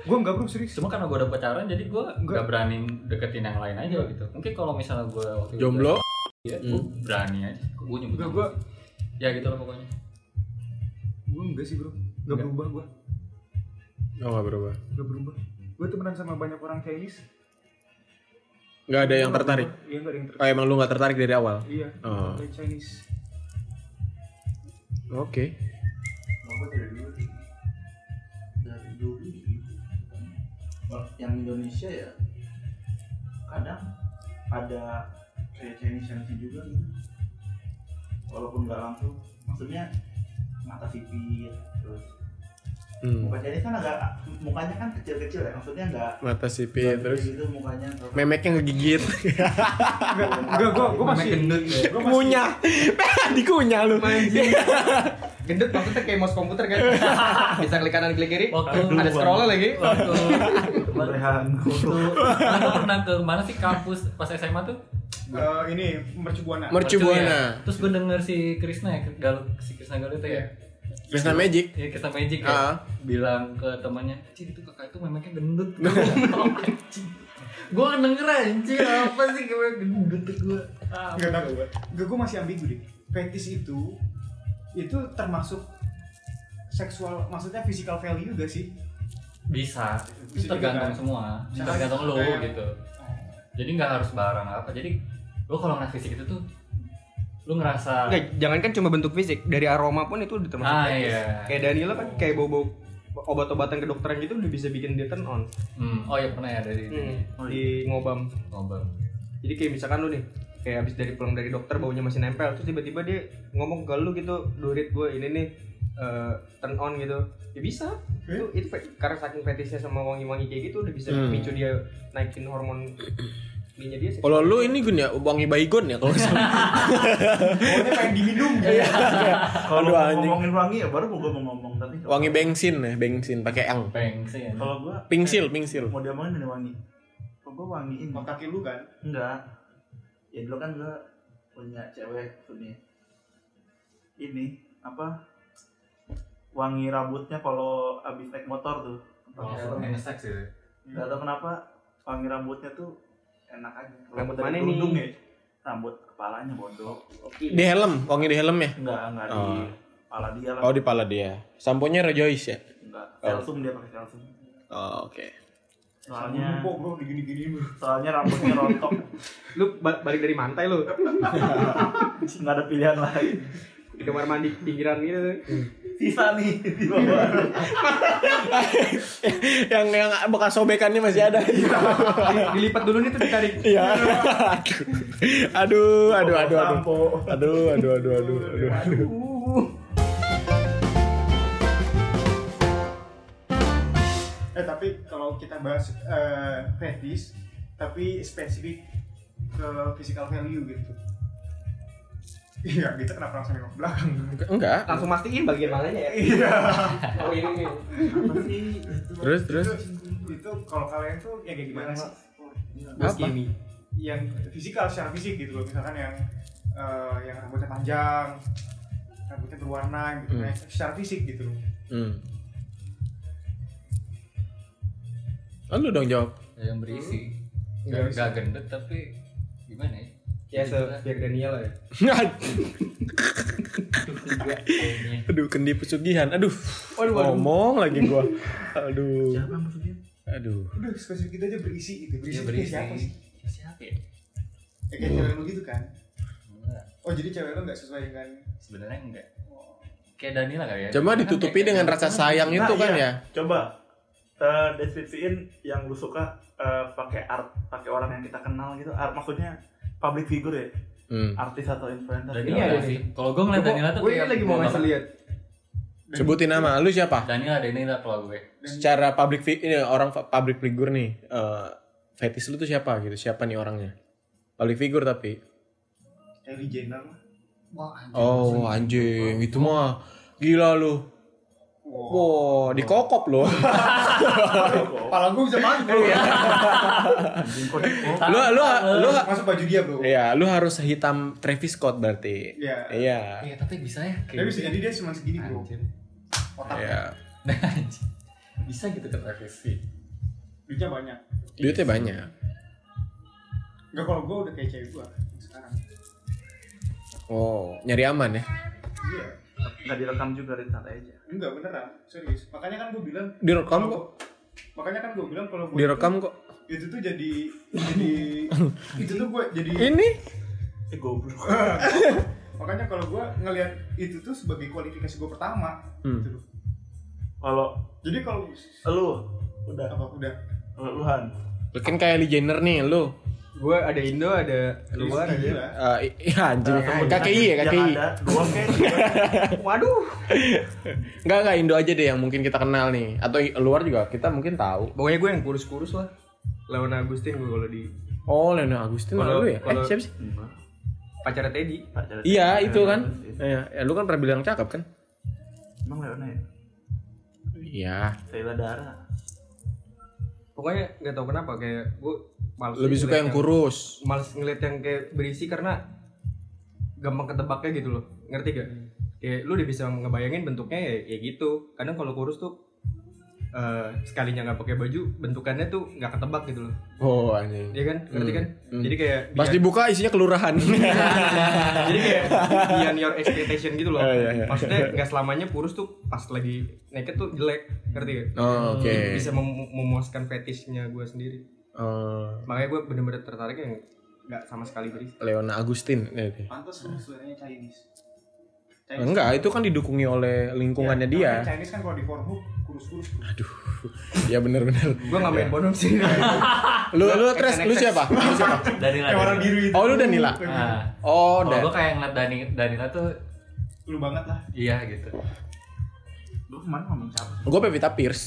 Speaker 5: gue enggak bro serius.
Speaker 2: Cuma karena gue ada pacaran jadi gue
Speaker 5: Nggak.
Speaker 2: nggak berani deketin yang lain aja gitu. Mungkin kalau misalnya gue waktu itu-
Speaker 1: Jomblo?
Speaker 2: Iya, gue berani aja. Gue nyebut.
Speaker 5: Enggak gue
Speaker 2: Ya gitu lah pokoknya.
Speaker 5: gue enggak sih bro. Enggak berubah gue.
Speaker 1: Oh, nggak berubah.
Speaker 5: Enggak berubah. Gue temenan sama banyak orang Chinese.
Speaker 1: Nggak ada yang tertarik.
Speaker 5: Iya enggak ada yang
Speaker 1: Oh,
Speaker 5: tertarik.
Speaker 1: emang lu nggak tertarik dari awal?
Speaker 5: Iya.
Speaker 1: Oh.
Speaker 5: kayak Chinese.
Speaker 1: Oke.
Speaker 3: Kalau gue dari dulu sih. Dari dulu gitu. Kalau Yang Indonesia ya kadang ada kayak Chinese Chinese juga gitu. Walaupun nggak langsung, maksudnya mata sipir terus
Speaker 1: Hmm.
Speaker 3: muka Chinese kan agak mukanya kan kecil-kecil ya maksudnya nggak
Speaker 1: Mata
Speaker 3: nggak
Speaker 1: sipit Iya, terus
Speaker 3: gitu mukanya terus
Speaker 1: memeknya ngegigit.
Speaker 5: Enggak gue gue masih
Speaker 4: gendut ya.
Speaker 5: Gua masih-
Speaker 1: Kunyah. Dikunyah lu.
Speaker 4: Anjing. gendut maksudnya kayak mouse komputer kan. Bisa klik kanan klik
Speaker 5: Eh,
Speaker 4: kiri.
Speaker 2: Waktu
Speaker 4: Ada scroll lagi.
Speaker 2: Waktu
Speaker 3: Rehanku.
Speaker 2: waktu lu pernah ke mana sih kampus pas SMA tuh?
Speaker 5: Eh, ini mercubuana.
Speaker 1: Mercu
Speaker 2: ya.
Speaker 1: Buana.
Speaker 2: Terus gue denger si Krisna ya, Galuh, si Krisna Galuh
Speaker 5: Iya.
Speaker 2: itu ya.
Speaker 1: Krishna Magic.
Speaker 2: Ya Krisna Magic ya.
Speaker 1: Ah.
Speaker 2: Bilang ke temannya, "Cih, itu kakak itu memangnya gendut." Oh, gue denger anjir apa sih gue gendut gue. Ah,
Speaker 5: Enggak tahu gue. Enggak gue masih ambigu deh. Fetish itu itu termasuk seksual maksudnya physical value gak sih?
Speaker 2: bisa. Itu
Speaker 5: Bisa juga
Speaker 2: tergantung
Speaker 5: kan?
Speaker 2: semua,
Speaker 5: Bisa.
Speaker 2: tergantung lu
Speaker 5: Kayak-
Speaker 2: gitu. Jadi nggak harus barang apa. Jadi lu kalau ngeliat fisik itu tuh lu ngerasa
Speaker 4: Enggak, jangan kan cuma bentuk fisik, dari aroma pun itu udah termasuk
Speaker 2: Ah,
Speaker 4: fetish.
Speaker 2: iya.
Speaker 4: Kayak Danila kan kayak bau-bau obat-obatan kedokteran gitu udah bisa bikin dia turn on
Speaker 2: Hmm. Oh ya pernah ya dari ini.
Speaker 5: Hmm.
Speaker 4: di ngobam.
Speaker 2: Ngobam.
Speaker 4: Jadi kayak misalkan lu nih kayak abis dari pulang dari dokter baunya masih nempel terus tiba-tiba dia ngomong ke lu gitu durit gue ini nih eh, turn on gitu ya bisa itu itu fe- karena saking fetisnya sama wangi-wangi kayak gitu udah bisa
Speaker 1: Hmm.
Speaker 4: micu dia naikin hormon ininya dia sih.
Speaker 1: Kalau lu ini Gun ya, wangi baygon ya kalau misalnya.
Speaker 5: Pokoknya pengen diminum. Iya.
Speaker 3: Kalau
Speaker 1: Aduh,
Speaker 3: mau
Speaker 1: anjing.
Speaker 3: ngomongin wangi ya baru gua mau ngomong tapi kalau-
Speaker 1: wangi bensin ya, bensin pakai yang.
Speaker 2: Pengsin.
Speaker 3: Kalau gua Eh,
Speaker 1: Pingsil, pingsil.
Speaker 3: mau diomongin ini wangi. Kalau gua wangi ini
Speaker 5: kaki lu kan.
Speaker 3: enggak. Ya dulu kan gua punya cewek punya ini apa wangi rambutnya kalau abis naik motor tuh.
Speaker 2: Oh,
Speaker 3: Pakai helm.
Speaker 2: enak seks
Speaker 5: ya?
Speaker 2: itu.
Speaker 3: Gak
Speaker 4: iya.
Speaker 3: tau kenapa wangi rambutnya tuh enak aja. Kalau
Speaker 4: Rambut
Speaker 3: dari
Speaker 4: mana nih?
Speaker 3: kerudung ya? Rambut kepalanya bodoh.
Speaker 1: Di helm, wangi di helm ya.
Speaker 3: Enggak, enggak di
Speaker 1: Oh.
Speaker 3: kepala dia lah.
Speaker 1: Oh, di pala dia. Samponya Rejoice ya.
Speaker 3: Enggak,
Speaker 1: Oh.
Speaker 3: selsum dia pakai selsum.
Speaker 1: Oh, oke.
Speaker 3: Soalnya
Speaker 5: Numpuk bro, digini-gini bro.
Speaker 3: soalnya rambutnya rontok.
Speaker 4: lu ba- balik dari mantai lu
Speaker 3: Enggak ada pilihan lain.
Speaker 4: di kamar mandi pinggiran gitu
Speaker 3: Sisa nih di bawah.
Speaker 1: yang yang bekas sobekannya masih ada.
Speaker 4: Di- dilipat dulu nih tuh ditarik
Speaker 1: Iya. aduh, aduh, aduh, aduh.
Speaker 3: Sampo.
Speaker 1: Aduh, aduh, aduh, aduh, aduh. aduh.
Speaker 5: Eh tapi kalau kita bahas eh, fetish, tapi spesifik ke physical value gitu. Iya, kita kenapa langsung nengok belakang?
Speaker 1: Enggak.
Speaker 4: langsung mastiin bagian mananya ya
Speaker 5: Iya.
Speaker 4: oh ini nih
Speaker 3: Apa sih?
Speaker 1: Terus, terus.
Speaker 5: Itu, itu kalau kalian tuh ya kayak gimana sih?
Speaker 4: bos
Speaker 1: Apa?
Speaker 4: ini
Speaker 5: Yang fisikal secara fisik gitu loh, misalkan yang eh, yang rambutnya panjang, rambutnya berwarna gitu,
Speaker 1: Hmm.
Speaker 5: nah, secara fisik gitu loh.
Speaker 1: Hmm. Oh, lu dong jawab.
Speaker 2: Yang berisi.
Speaker 5: Nggak
Speaker 2: Gak,
Speaker 5: bisa.
Speaker 2: gak gendut tapi gimana ya?
Speaker 4: ya se biar Daniel lah ya
Speaker 2: ya?
Speaker 1: aduh, kendi pesugihan. Aduh. Ngomong lagi gua. Aduh.
Speaker 3: Siapa maksudnya?
Speaker 1: Aduh.
Speaker 5: Udah spesifik itu aja berisi gitu,
Speaker 2: Iya
Speaker 5: berisi, itu kayak
Speaker 2: berisi.
Speaker 5: siapa sih?
Speaker 2: Siapa ya?
Speaker 5: Ya, kayak cewek lu gitu kan?
Speaker 2: Enggak.
Speaker 5: Oh jadi cewek lu nggak sesuai dengan
Speaker 2: Sebenarnya enggak. Kayak Danila kali ya.
Speaker 1: Cuma
Speaker 2: Kan
Speaker 1: ditutupi
Speaker 2: kayak- gitu. Iya.
Speaker 1: dengan rasa sayang itu kan
Speaker 3: Nah,
Speaker 1: ya.
Speaker 3: iya. Coba eh, deskripsiin yang lu suka eh, pakai art, pakai orang yang kita kenal gitu. Art maksudnya public figure ya,
Speaker 1: Hmm.
Speaker 3: artis atau influencer.
Speaker 2: Danila kan
Speaker 4: Ini ada
Speaker 2: sih.
Speaker 4: sih.
Speaker 2: Kalau gue ngeliat Danila tuh
Speaker 4: gue ini lagi mau ngasih lihat
Speaker 1: Sebutin nama lu siapa?
Speaker 2: Danila Danila kalau gue.
Speaker 1: Secara public fi- ini orang fa- public figure nih. eh fetish lu tuh siapa gitu? Siapa nih orangnya? Public figure tapi.
Speaker 5: Kylie Jenner lah.
Speaker 2: Wah, anjing.
Speaker 1: Oh, anjing, itu mah gila lu.
Speaker 5: Wow.
Speaker 1: Wow, dikokop lu.
Speaker 5: Kepala gue bisa mati bro.
Speaker 1: Iya. lu lu lu
Speaker 5: Masuk baju dia bro.
Speaker 1: Iya, lu harus hitam Travis Scott berarti.
Speaker 5: Iya.
Speaker 1: Iya.
Speaker 2: Iya, tapi bisa ya.
Speaker 5: Tapi bisa jadi dia cuma segini bro.
Speaker 2: Anjir.
Speaker 5: Otak
Speaker 1: Iya.
Speaker 2: Anjir. bisa gitu ke sih.
Speaker 5: duitnya banyak.
Speaker 1: Duitnya banyak.
Speaker 5: Enggak kalau gue udah kayak cewek gue sekarang.
Speaker 1: Oh, nyari aman ya.
Speaker 5: Iya.
Speaker 3: Enggak direkam juga dari santai aja.
Speaker 5: Enggak beneran, serius. Makanya kan gue bilang
Speaker 1: Direkam
Speaker 5: kalau
Speaker 1: kok.
Speaker 5: gua- Makanya kan gue bilang kalau gue
Speaker 1: Direkam kok.
Speaker 5: itu, itu tuh jadi jadi itu tuh gue jadi
Speaker 1: Ini
Speaker 3: Eh goblok.
Speaker 5: makanya kalau gue ngelihat itu tuh sebagai kualifikasi gue pertama
Speaker 1: Hmm.
Speaker 5: gitu loh.
Speaker 3: Kalau
Speaker 5: Jadi kalau
Speaker 3: lu udah
Speaker 5: apa udah
Speaker 3: Kalau lu Han.
Speaker 1: lu kan kayak Kylie Jenner nih lu.
Speaker 4: gue ada Indo ada luar
Speaker 5: Rizky
Speaker 4: ada
Speaker 5: lah.
Speaker 1: Eh, iya anjing. KKI ya,
Speaker 3: Yang
Speaker 1: KKI.
Speaker 3: ada dua kayak
Speaker 4: waduh
Speaker 1: Enggak enggak Indo aja deh yang mungkin kita kenal nih atau i- luar juga kita mungkin tahu.
Speaker 4: pokoknya gue yang kurus-kurus lah lawan Agustin gue kalau di
Speaker 1: Oh, Lena Agustin
Speaker 4: Kalau-
Speaker 1: lu ya? Eh,
Speaker 4: kalau-
Speaker 1: siapa sih?
Speaker 4: pacarnya Teddy
Speaker 1: Iya, itu kan. Iya, ya, lu kan pernah bilang cakep kan?
Speaker 3: Emang Leona ya?
Speaker 1: Iya.
Speaker 3: Sheila Dara.
Speaker 4: pokoknya nggak tahu kenapa kayak gue males
Speaker 1: Lebih
Speaker 4: aja
Speaker 1: suka
Speaker 4: ngeliat
Speaker 1: yang kurus.
Speaker 4: males ngeliat yang kayak berisi karena gampang ketebaknya gitu loh ngerti gak
Speaker 1: Hmm.
Speaker 4: kayak lu udah bisa ngebayangin bentuknya ya, ya gitu kadang kalau kurus tuh eh, sekalinya nggak pakai baju bentukannya tuh nggak ketebak gitu loh
Speaker 1: Oh, anjing.
Speaker 4: Iya kan ngerti kan
Speaker 1: Hmm.
Speaker 4: jadi Iya, kayak
Speaker 1: Pas
Speaker 4: biar-
Speaker 1: dibuka isinya kelurahan.
Speaker 4: jadi kayak beyond your expectation gitu loh
Speaker 1: Oh, iya, iya.
Speaker 4: maksudnya nggak selamanya kurus tuh pas lagi naked tuh jelek ngerti gak
Speaker 1: Oh, oke.
Speaker 4: Hmm, bisa mem- memuaskan fetishnya gue sendiri
Speaker 1: Eh,
Speaker 4: makanya gue bener-bener tertarik yang nggak sama sekali berisi
Speaker 1: Leona Agustin. Ya, oke.
Speaker 4: Iya.
Speaker 5: pantas lu sebenarnya Chinese. Chinese.
Speaker 1: Enggak, itu kan didukungi oleh lingkungannya
Speaker 5: Ya,
Speaker 1: dia.
Speaker 4: Iya,
Speaker 5: namanya Chinese kan kalau di Pornhub kurus kurus-kurus bro.
Speaker 1: Aduh. Ya benar-benar.
Speaker 4: Gue nggak main bonum sih.
Speaker 2: Iya.
Speaker 1: Lu lu
Speaker 4: Gua
Speaker 1: tres, lu
Speaker 4: XNXX.
Speaker 1: siapa? Lu siapa?
Speaker 2: Dari lah.
Speaker 5: Kayak orang gitu. biru itu.
Speaker 1: Oh, lu Danila?
Speaker 2: Nah,
Speaker 1: Oh,
Speaker 2: kalau
Speaker 1: dan
Speaker 2: gue kayak ngeliat Dani, Danila tuh
Speaker 5: Lu banget lah.
Speaker 2: iya gitu.
Speaker 3: Lu kemarin ngomong siapa sih?
Speaker 1: gue Pevita Pierce.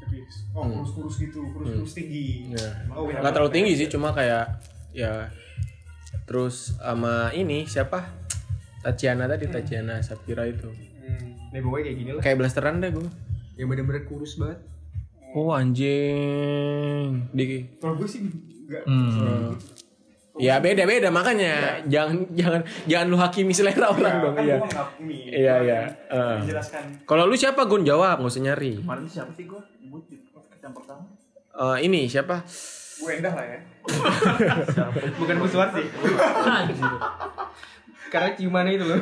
Speaker 5: Tapi oh kurus-kurus gitu, kurus-kurus tinggi.
Speaker 1: Iya.
Speaker 5: Oh,
Speaker 1: Nggak terlalu tinggi sih, cuma kayak ya terus sama ini siapa? Tatiana tadi, Tatiana Sapira itu.
Speaker 4: Nih pokoknya kayak gini lah.
Speaker 1: Kayak blasteran deh gue.
Speaker 4: Yang bener-bener kurus banget.
Speaker 1: Oh anjing. Di hmm.
Speaker 5: Kalau gue sih enggak.
Speaker 1: Ya beda-beda makanya jangan jangan jangan lu hakimi selera orang dong
Speaker 5: kan
Speaker 1: iya.
Speaker 5: gua ngakumi.
Speaker 1: Iya, iya.
Speaker 5: Kan
Speaker 1: Eh.
Speaker 5: Dijelaskan.
Speaker 1: Kalau lu siapa Gun jawab nggak usah nyari.
Speaker 3: Kemarin siapa sih gua? Nyebut di podcast yang pertama.
Speaker 1: Eh, ini siapa?
Speaker 5: Gue endah lah ya.
Speaker 4: Bukan musuhan sih. Karena ciumannya itu loh.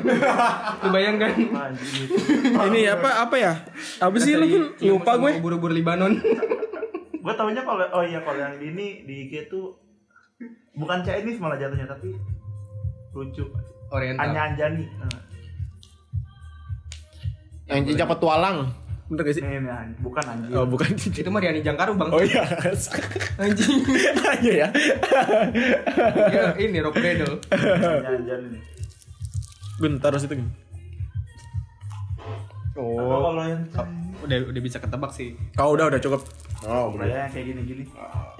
Speaker 4: Lu bayangkan.
Speaker 3: Anjir.
Speaker 1: ini apa apa ya? Apa sih lu
Speaker 4: Dari
Speaker 1: Gun?
Speaker 4: cium
Speaker 1: lupa
Speaker 4: sama
Speaker 1: gue?
Speaker 4: Buru-buru Libanon.
Speaker 3: Gua taunya kalau oh iya kalau yang di ini di IG tuh bukan Chinese malah jatuhnya tapi lucu.
Speaker 4: Oriental.
Speaker 3: Anya Anjani. Nah,
Speaker 1: Yang jejak petualang. Bener gak sih?
Speaker 3: Eh, Ini ini An- bukan anjing.
Speaker 1: Oh bukan
Speaker 4: Itu Mariani Jangkaru bang.
Speaker 1: Oh iya.
Speaker 4: Anjing.
Speaker 1: Iya ya.
Speaker 4: Dia ini rock battle.
Speaker 3: Anya Anjani nih.
Speaker 1: Gun taruh situ Gun.
Speaker 3: Atau
Speaker 1: Oh.
Speaker 3: kalau yang
Speaker 4: Udah udah bisa ketebak sih.
Speaker 1: Kau udah udah cukup. Oh,
Speaker 3: Chinese ya yang kayak gini-gini.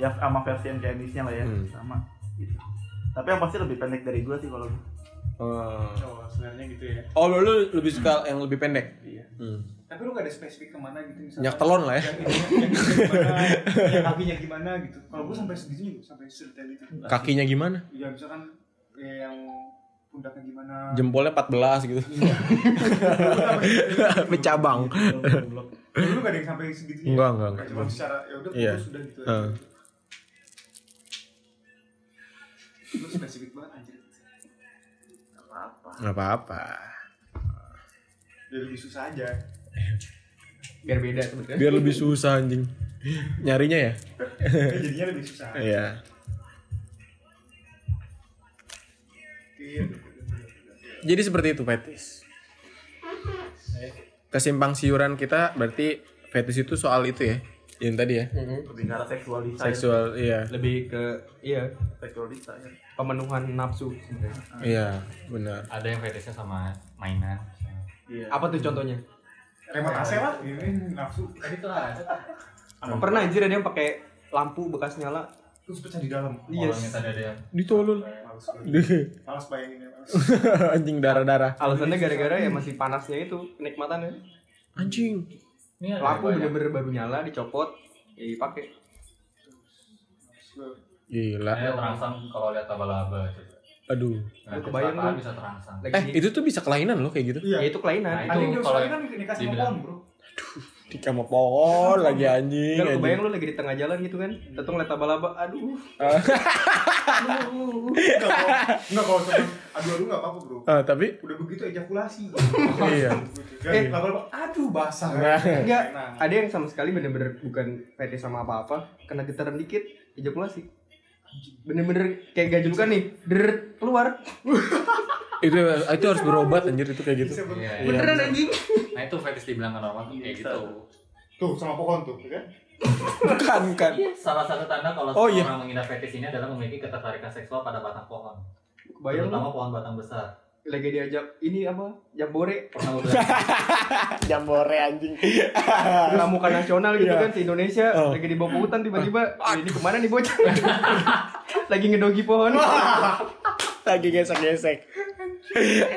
Speaker 3: Ya sama versi yang Chinese-nya lah ya,
Speaker 1: Hmm.
Speaker 3: sama gitu. Tapi yang pasti lebih pendek dari gua sih kalau gua.
Speaker 5: Oh, sebenarnya gitu ya.
Speaker 1: Oh, lu, lu lebih suka yang lebih pendek.
Speaker 5: Iya.
Speaker 1: Hmm.
Speaker 5: Tapi lu gak ada spesifik kemana gitu misalnya.
Speaker 1: Minyak telon lah ya.
Speaker 5: Yang ininya- yang ininya gimana, yang kakinya gimana gitu. Kalau gue sampai segitunya loh, sampai sedetail itu.
Speaker 1: Kakinya gimana?
Speaker 5: Ya misalkan eh, yang pundaknya gimana.
Speaker 1: Jempolnya 14 gitu. Bercabang.
Speaker 3: Goblok.
Speaker 5: Dulu gak ada yang sampai segitunya.
Speaker 1: Enggak, enggak, enggak.
Speaker 5: Cuma secara ya udah
Speaker 1: Iya.
Speaker 5: putus sudah gitu. aja.
Speaker 1: Heeh.
Speaker 5: Lu spesifik banget anjir.
Speaker 1: Enggak apa-apa.
Speaker 5: Ya lebih susah aja.
Speaker 4: Biar beda sebenarnya.
Speaker 1: Biar lebih susah anjing. Nyarinya ya?
Speaker 5: Ya, jadinya lebih susah.
Speaker 1: Iya.
Speaker 5: Iya.
Speaker 1: Jadi seperti itu fetis. Kesimpang siuran kita berarti fetis itu soal itu ya. Yang tadi ya.
Speaker 3: Bicara seksualita.
Speaker 1: Seksual iya.
Speaker 4: Lebih ke iya
Speaker 3: Seksualita ya.
Speaker 4: pemenuhan nafsu sebenarnya.
Speaker 1: Iya, benar.
Speaker 2: Ada yang fetishnya sama mainan. misalnya.
Speaker 3: Iya.
Speaker 4: Apa tuh contohnya?
Speaker 5: Remote AC lah, ini nafsu.
Speaker 2: Tadi tuh ada
Speaker 4: Pernah anjir ada yang pakai lampu bekas nyala.
Speaker 5: Terus pecah di dalam.
Speaker 2: Iya.
Speaker 4: Yes.
Speaker 2: tadi ada yang
Speaker 1: Ditolol.
Speaker 5: Males,
Speaker 1: Iya.
Speaker 5: males bayanginnya. Males.
Speaker 1: anjing darah-darah.
Speaker 4: Alasannya gara-gara ya masih panasnya itu kenikmatannya.
Speaker 1: Anjing.
Speaker 2: ini ada
Speaker 4: Lampu
Speaker 2: yang banyak.
Speaker 4: bener-bener baru nyala dicopot ya dipakai.
Speaker 1: Gila.
Speaker 2: Dia terangsang kalau lihat laba-laba gitu. coba.
Speaker 1: Aduh.
Speaker 2: Nah,
Speaker 4: Lu kebayang
Speaker 2: kecelakaan
Speaker 4: lu.
Speaker 2: bisa terangsang.
Speaker 4: Lagi
Speaker 1: Eh, itu tuh bisa kelainan loh kayak gitu.
Speaker 5: Iya.
Speaker 4: ya itu kelainan.
Speaker 2: Nah,
Speaker 5: Ada yang
Speaker 2: itu
Speaker 5: diusulin
Speaker 2: kalau
Speaker 5: kan nikah sama
Speaker 2: dibilang-
Speaker 5: pohon, bro.
Speaker 1: Tika mau pohon lagi anjing.
Speaker 4: Kan lu
Speaker 1: anjing.
Speaker 4: kebayang lu lagi di tengah jalan gitu kan, datang liat laba-laba, aduh. Aduh.
Speaker 5: Enggak kalau enggak kalau sebelum aduh aduh enggak apa-apa, bro.
Speaker 1: Ah, tapi
Speaker 5: Udah begitu ejakulasi.
Speaker 1: Iya.
Speaker 5: Eh, lama-lama aduh basah.
Speaker 1: Nah.
Speaker 4: Enggak,
Speaker 5: Enak.
Speaker 4: ada yang sama sekali bener-bener bukan fetish sama apa-apa, kena getaran dikit, ejakulasi. Bener-bener kayak gajulukan nih, der keluar.
Speaker 1: itu itu harus berobat anjir itu kayak gitu.
Speaker 5: Bisa ber-
Speaker 2: Iya, iya.
Speaker 4: Beneran anjing.
Speaker 2: Nah, itu fetish dibilang nggak normal tuh kayak
Speaker 3: Iya,
Speaker 2: gitu.
Speaker 5: Tuh sama pohon tuh, ya kan?
Speaker 1: Bukan kan.
Speaker 2: Iya, salah satu tanda kalau
Speaker 1: Oh, iya.
Speaker 2: orang mengidap fetish ini adalah memiliki ketertarikan seksual pada batang pohon.
Speaker 4: Bayang lu
Speaker 2: terutama pohon batang besar.
Speaker 4: lagi diajak ini apa? Jambore,
Speaker 2: Pernah gua bilang,
Speaker 1: Jambore anjing.
Speaker 4: pramuka nasional gitu
Speaker 1: Ah. Iya.
Speaker 4: kan di Indonesia,
Speaker 1: Oh. Ah.
Speaker 4: lagi dibawa ke hutan tiba-tiba, "Eh, ini kemana nih bocah? lagi ngedogi pohon.
Speaker 1: lagi gesek-gesek.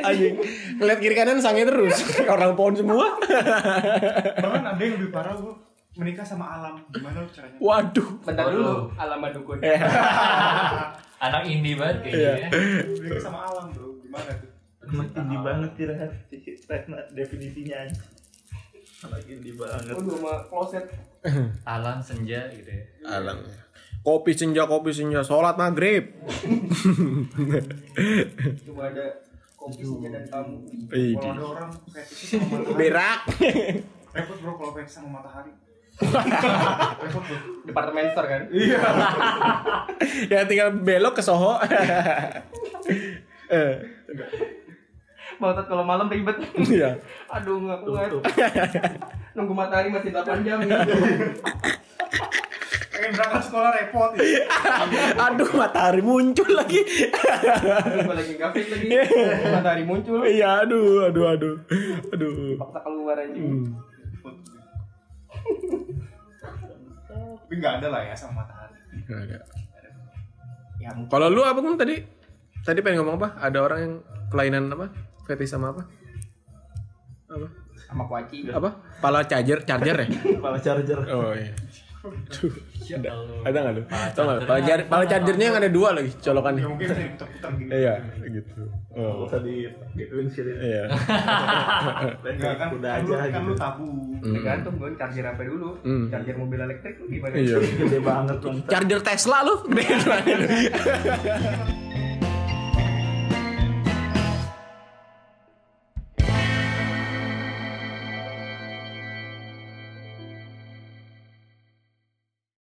Speaker 1: Anjing. Ngeliat kiri kanan sange terus. Orang pohon semua.
Speaker 5: Bahkan ada yang lebih parah, bro. Menikah sama alam. Gimana lu caranya?
Speaker 1: Waduh.
Speaker 4: Bentar
Speaker 2: Waduh.
Speaker 4: dulu, alamat dukun.
Speaker 1: Eh,
Speaker 2: anak indie banget kayak
Speaker 1: Iya.
Speaker 2: gini ya.
Speaker 5: Menikah sama alam, bro. Gimana tuh?
Speaker 3: Indi banget sih Rehan Rehan, definisinya aja. Lagi indi banget.
Speaker 4: Waduh sama kloset.
Speaker 2: Alam senja gitu ya.
Speaker 1: Alang. Kopi senja, kopi senja, sholat maghrib.
Speaker 4: Cuma ada kopi senja dan tamu. Iya.
Speaker 1: Ih,
Speaker 5: Kalau ada orang fetish sama matahari.
Speaker 1: Berak.
Speaker 5: Repot, bro, kalau fetish sama matahari. Repot, bro.
Speaker 4: Departemen store kan?
Speaker 1: ya tinggal belok ke Soho. Eh,
Speaker 4: Bautat kalau malam ribet.
Speaker 1: Iya.
Speaker 4: Aduh nggak kuat.
Speaker 3: Tutup.
Speaker 4: Nunggu matahari masih 8 jam. ya.
Speaker 5: pengen berangkat sekolah repot gitu.
Speaker 1: Aduh matahari muncul lagi.
Speaker 4: Gua lagi nggak fit lagi. Matahari muncul.
Speaker 1: Iya, aduh, aduh, aduh. Aduh.
Speaker 4: Paksa keluar anjing.
Speaker 1: Hmm.
Speaker 5: tapi nggak ada lah ya sama matahari
Speaker 1: Nggak ada.
Speaker 4: Ya mungkin
Speaker 1: Kalau lu apa Gung, tadi? Tadi pengen ngomong apa? Ada orang yang kelainan apa? Fetish sama apa? Apa?
Speaker 4: sama kuaci.
Speaker 1: Apa? Pala charger, charger ya?
Speaker 3: Kepala charger.
Speaker 1: Oh iya. Aduh. Ada, ada nggak lu?
Speaker 2: Ya Pala
Speaker 1: Tau nggak? Pala,
Speaker 2: chargernya-
Speaker 1: charger, pala chargernya yang ada dua lagi
Speaker 5: ya
Speaker 1: colokannya.
Speaker 5: mungkin bisa diputar-putar gini
Speaker 1: Iya, gitu. Oh.
Speaker 3: Nggak usah di gituin sini.
Speaker 1: Iya.
Speaker 5: nggak kan
Speaker 3: Udah
Speaker 5: kan lu,
Speaker 3: aja
Speaker 5: kan
Speaker 3: gitu.
Speaker 5: lu tabu
Speaker 1: Mm.
Speaker 4: Tergantung gue charger apa dulu.
Speaker 1: Hmm.
Speaker 4: Charger mobil elektrik lu gimana?
Speaker 1: Iya.
Speaker 3: Gede banget bang.
Speaker 1: Charger Tesla lu. Gede banget lu.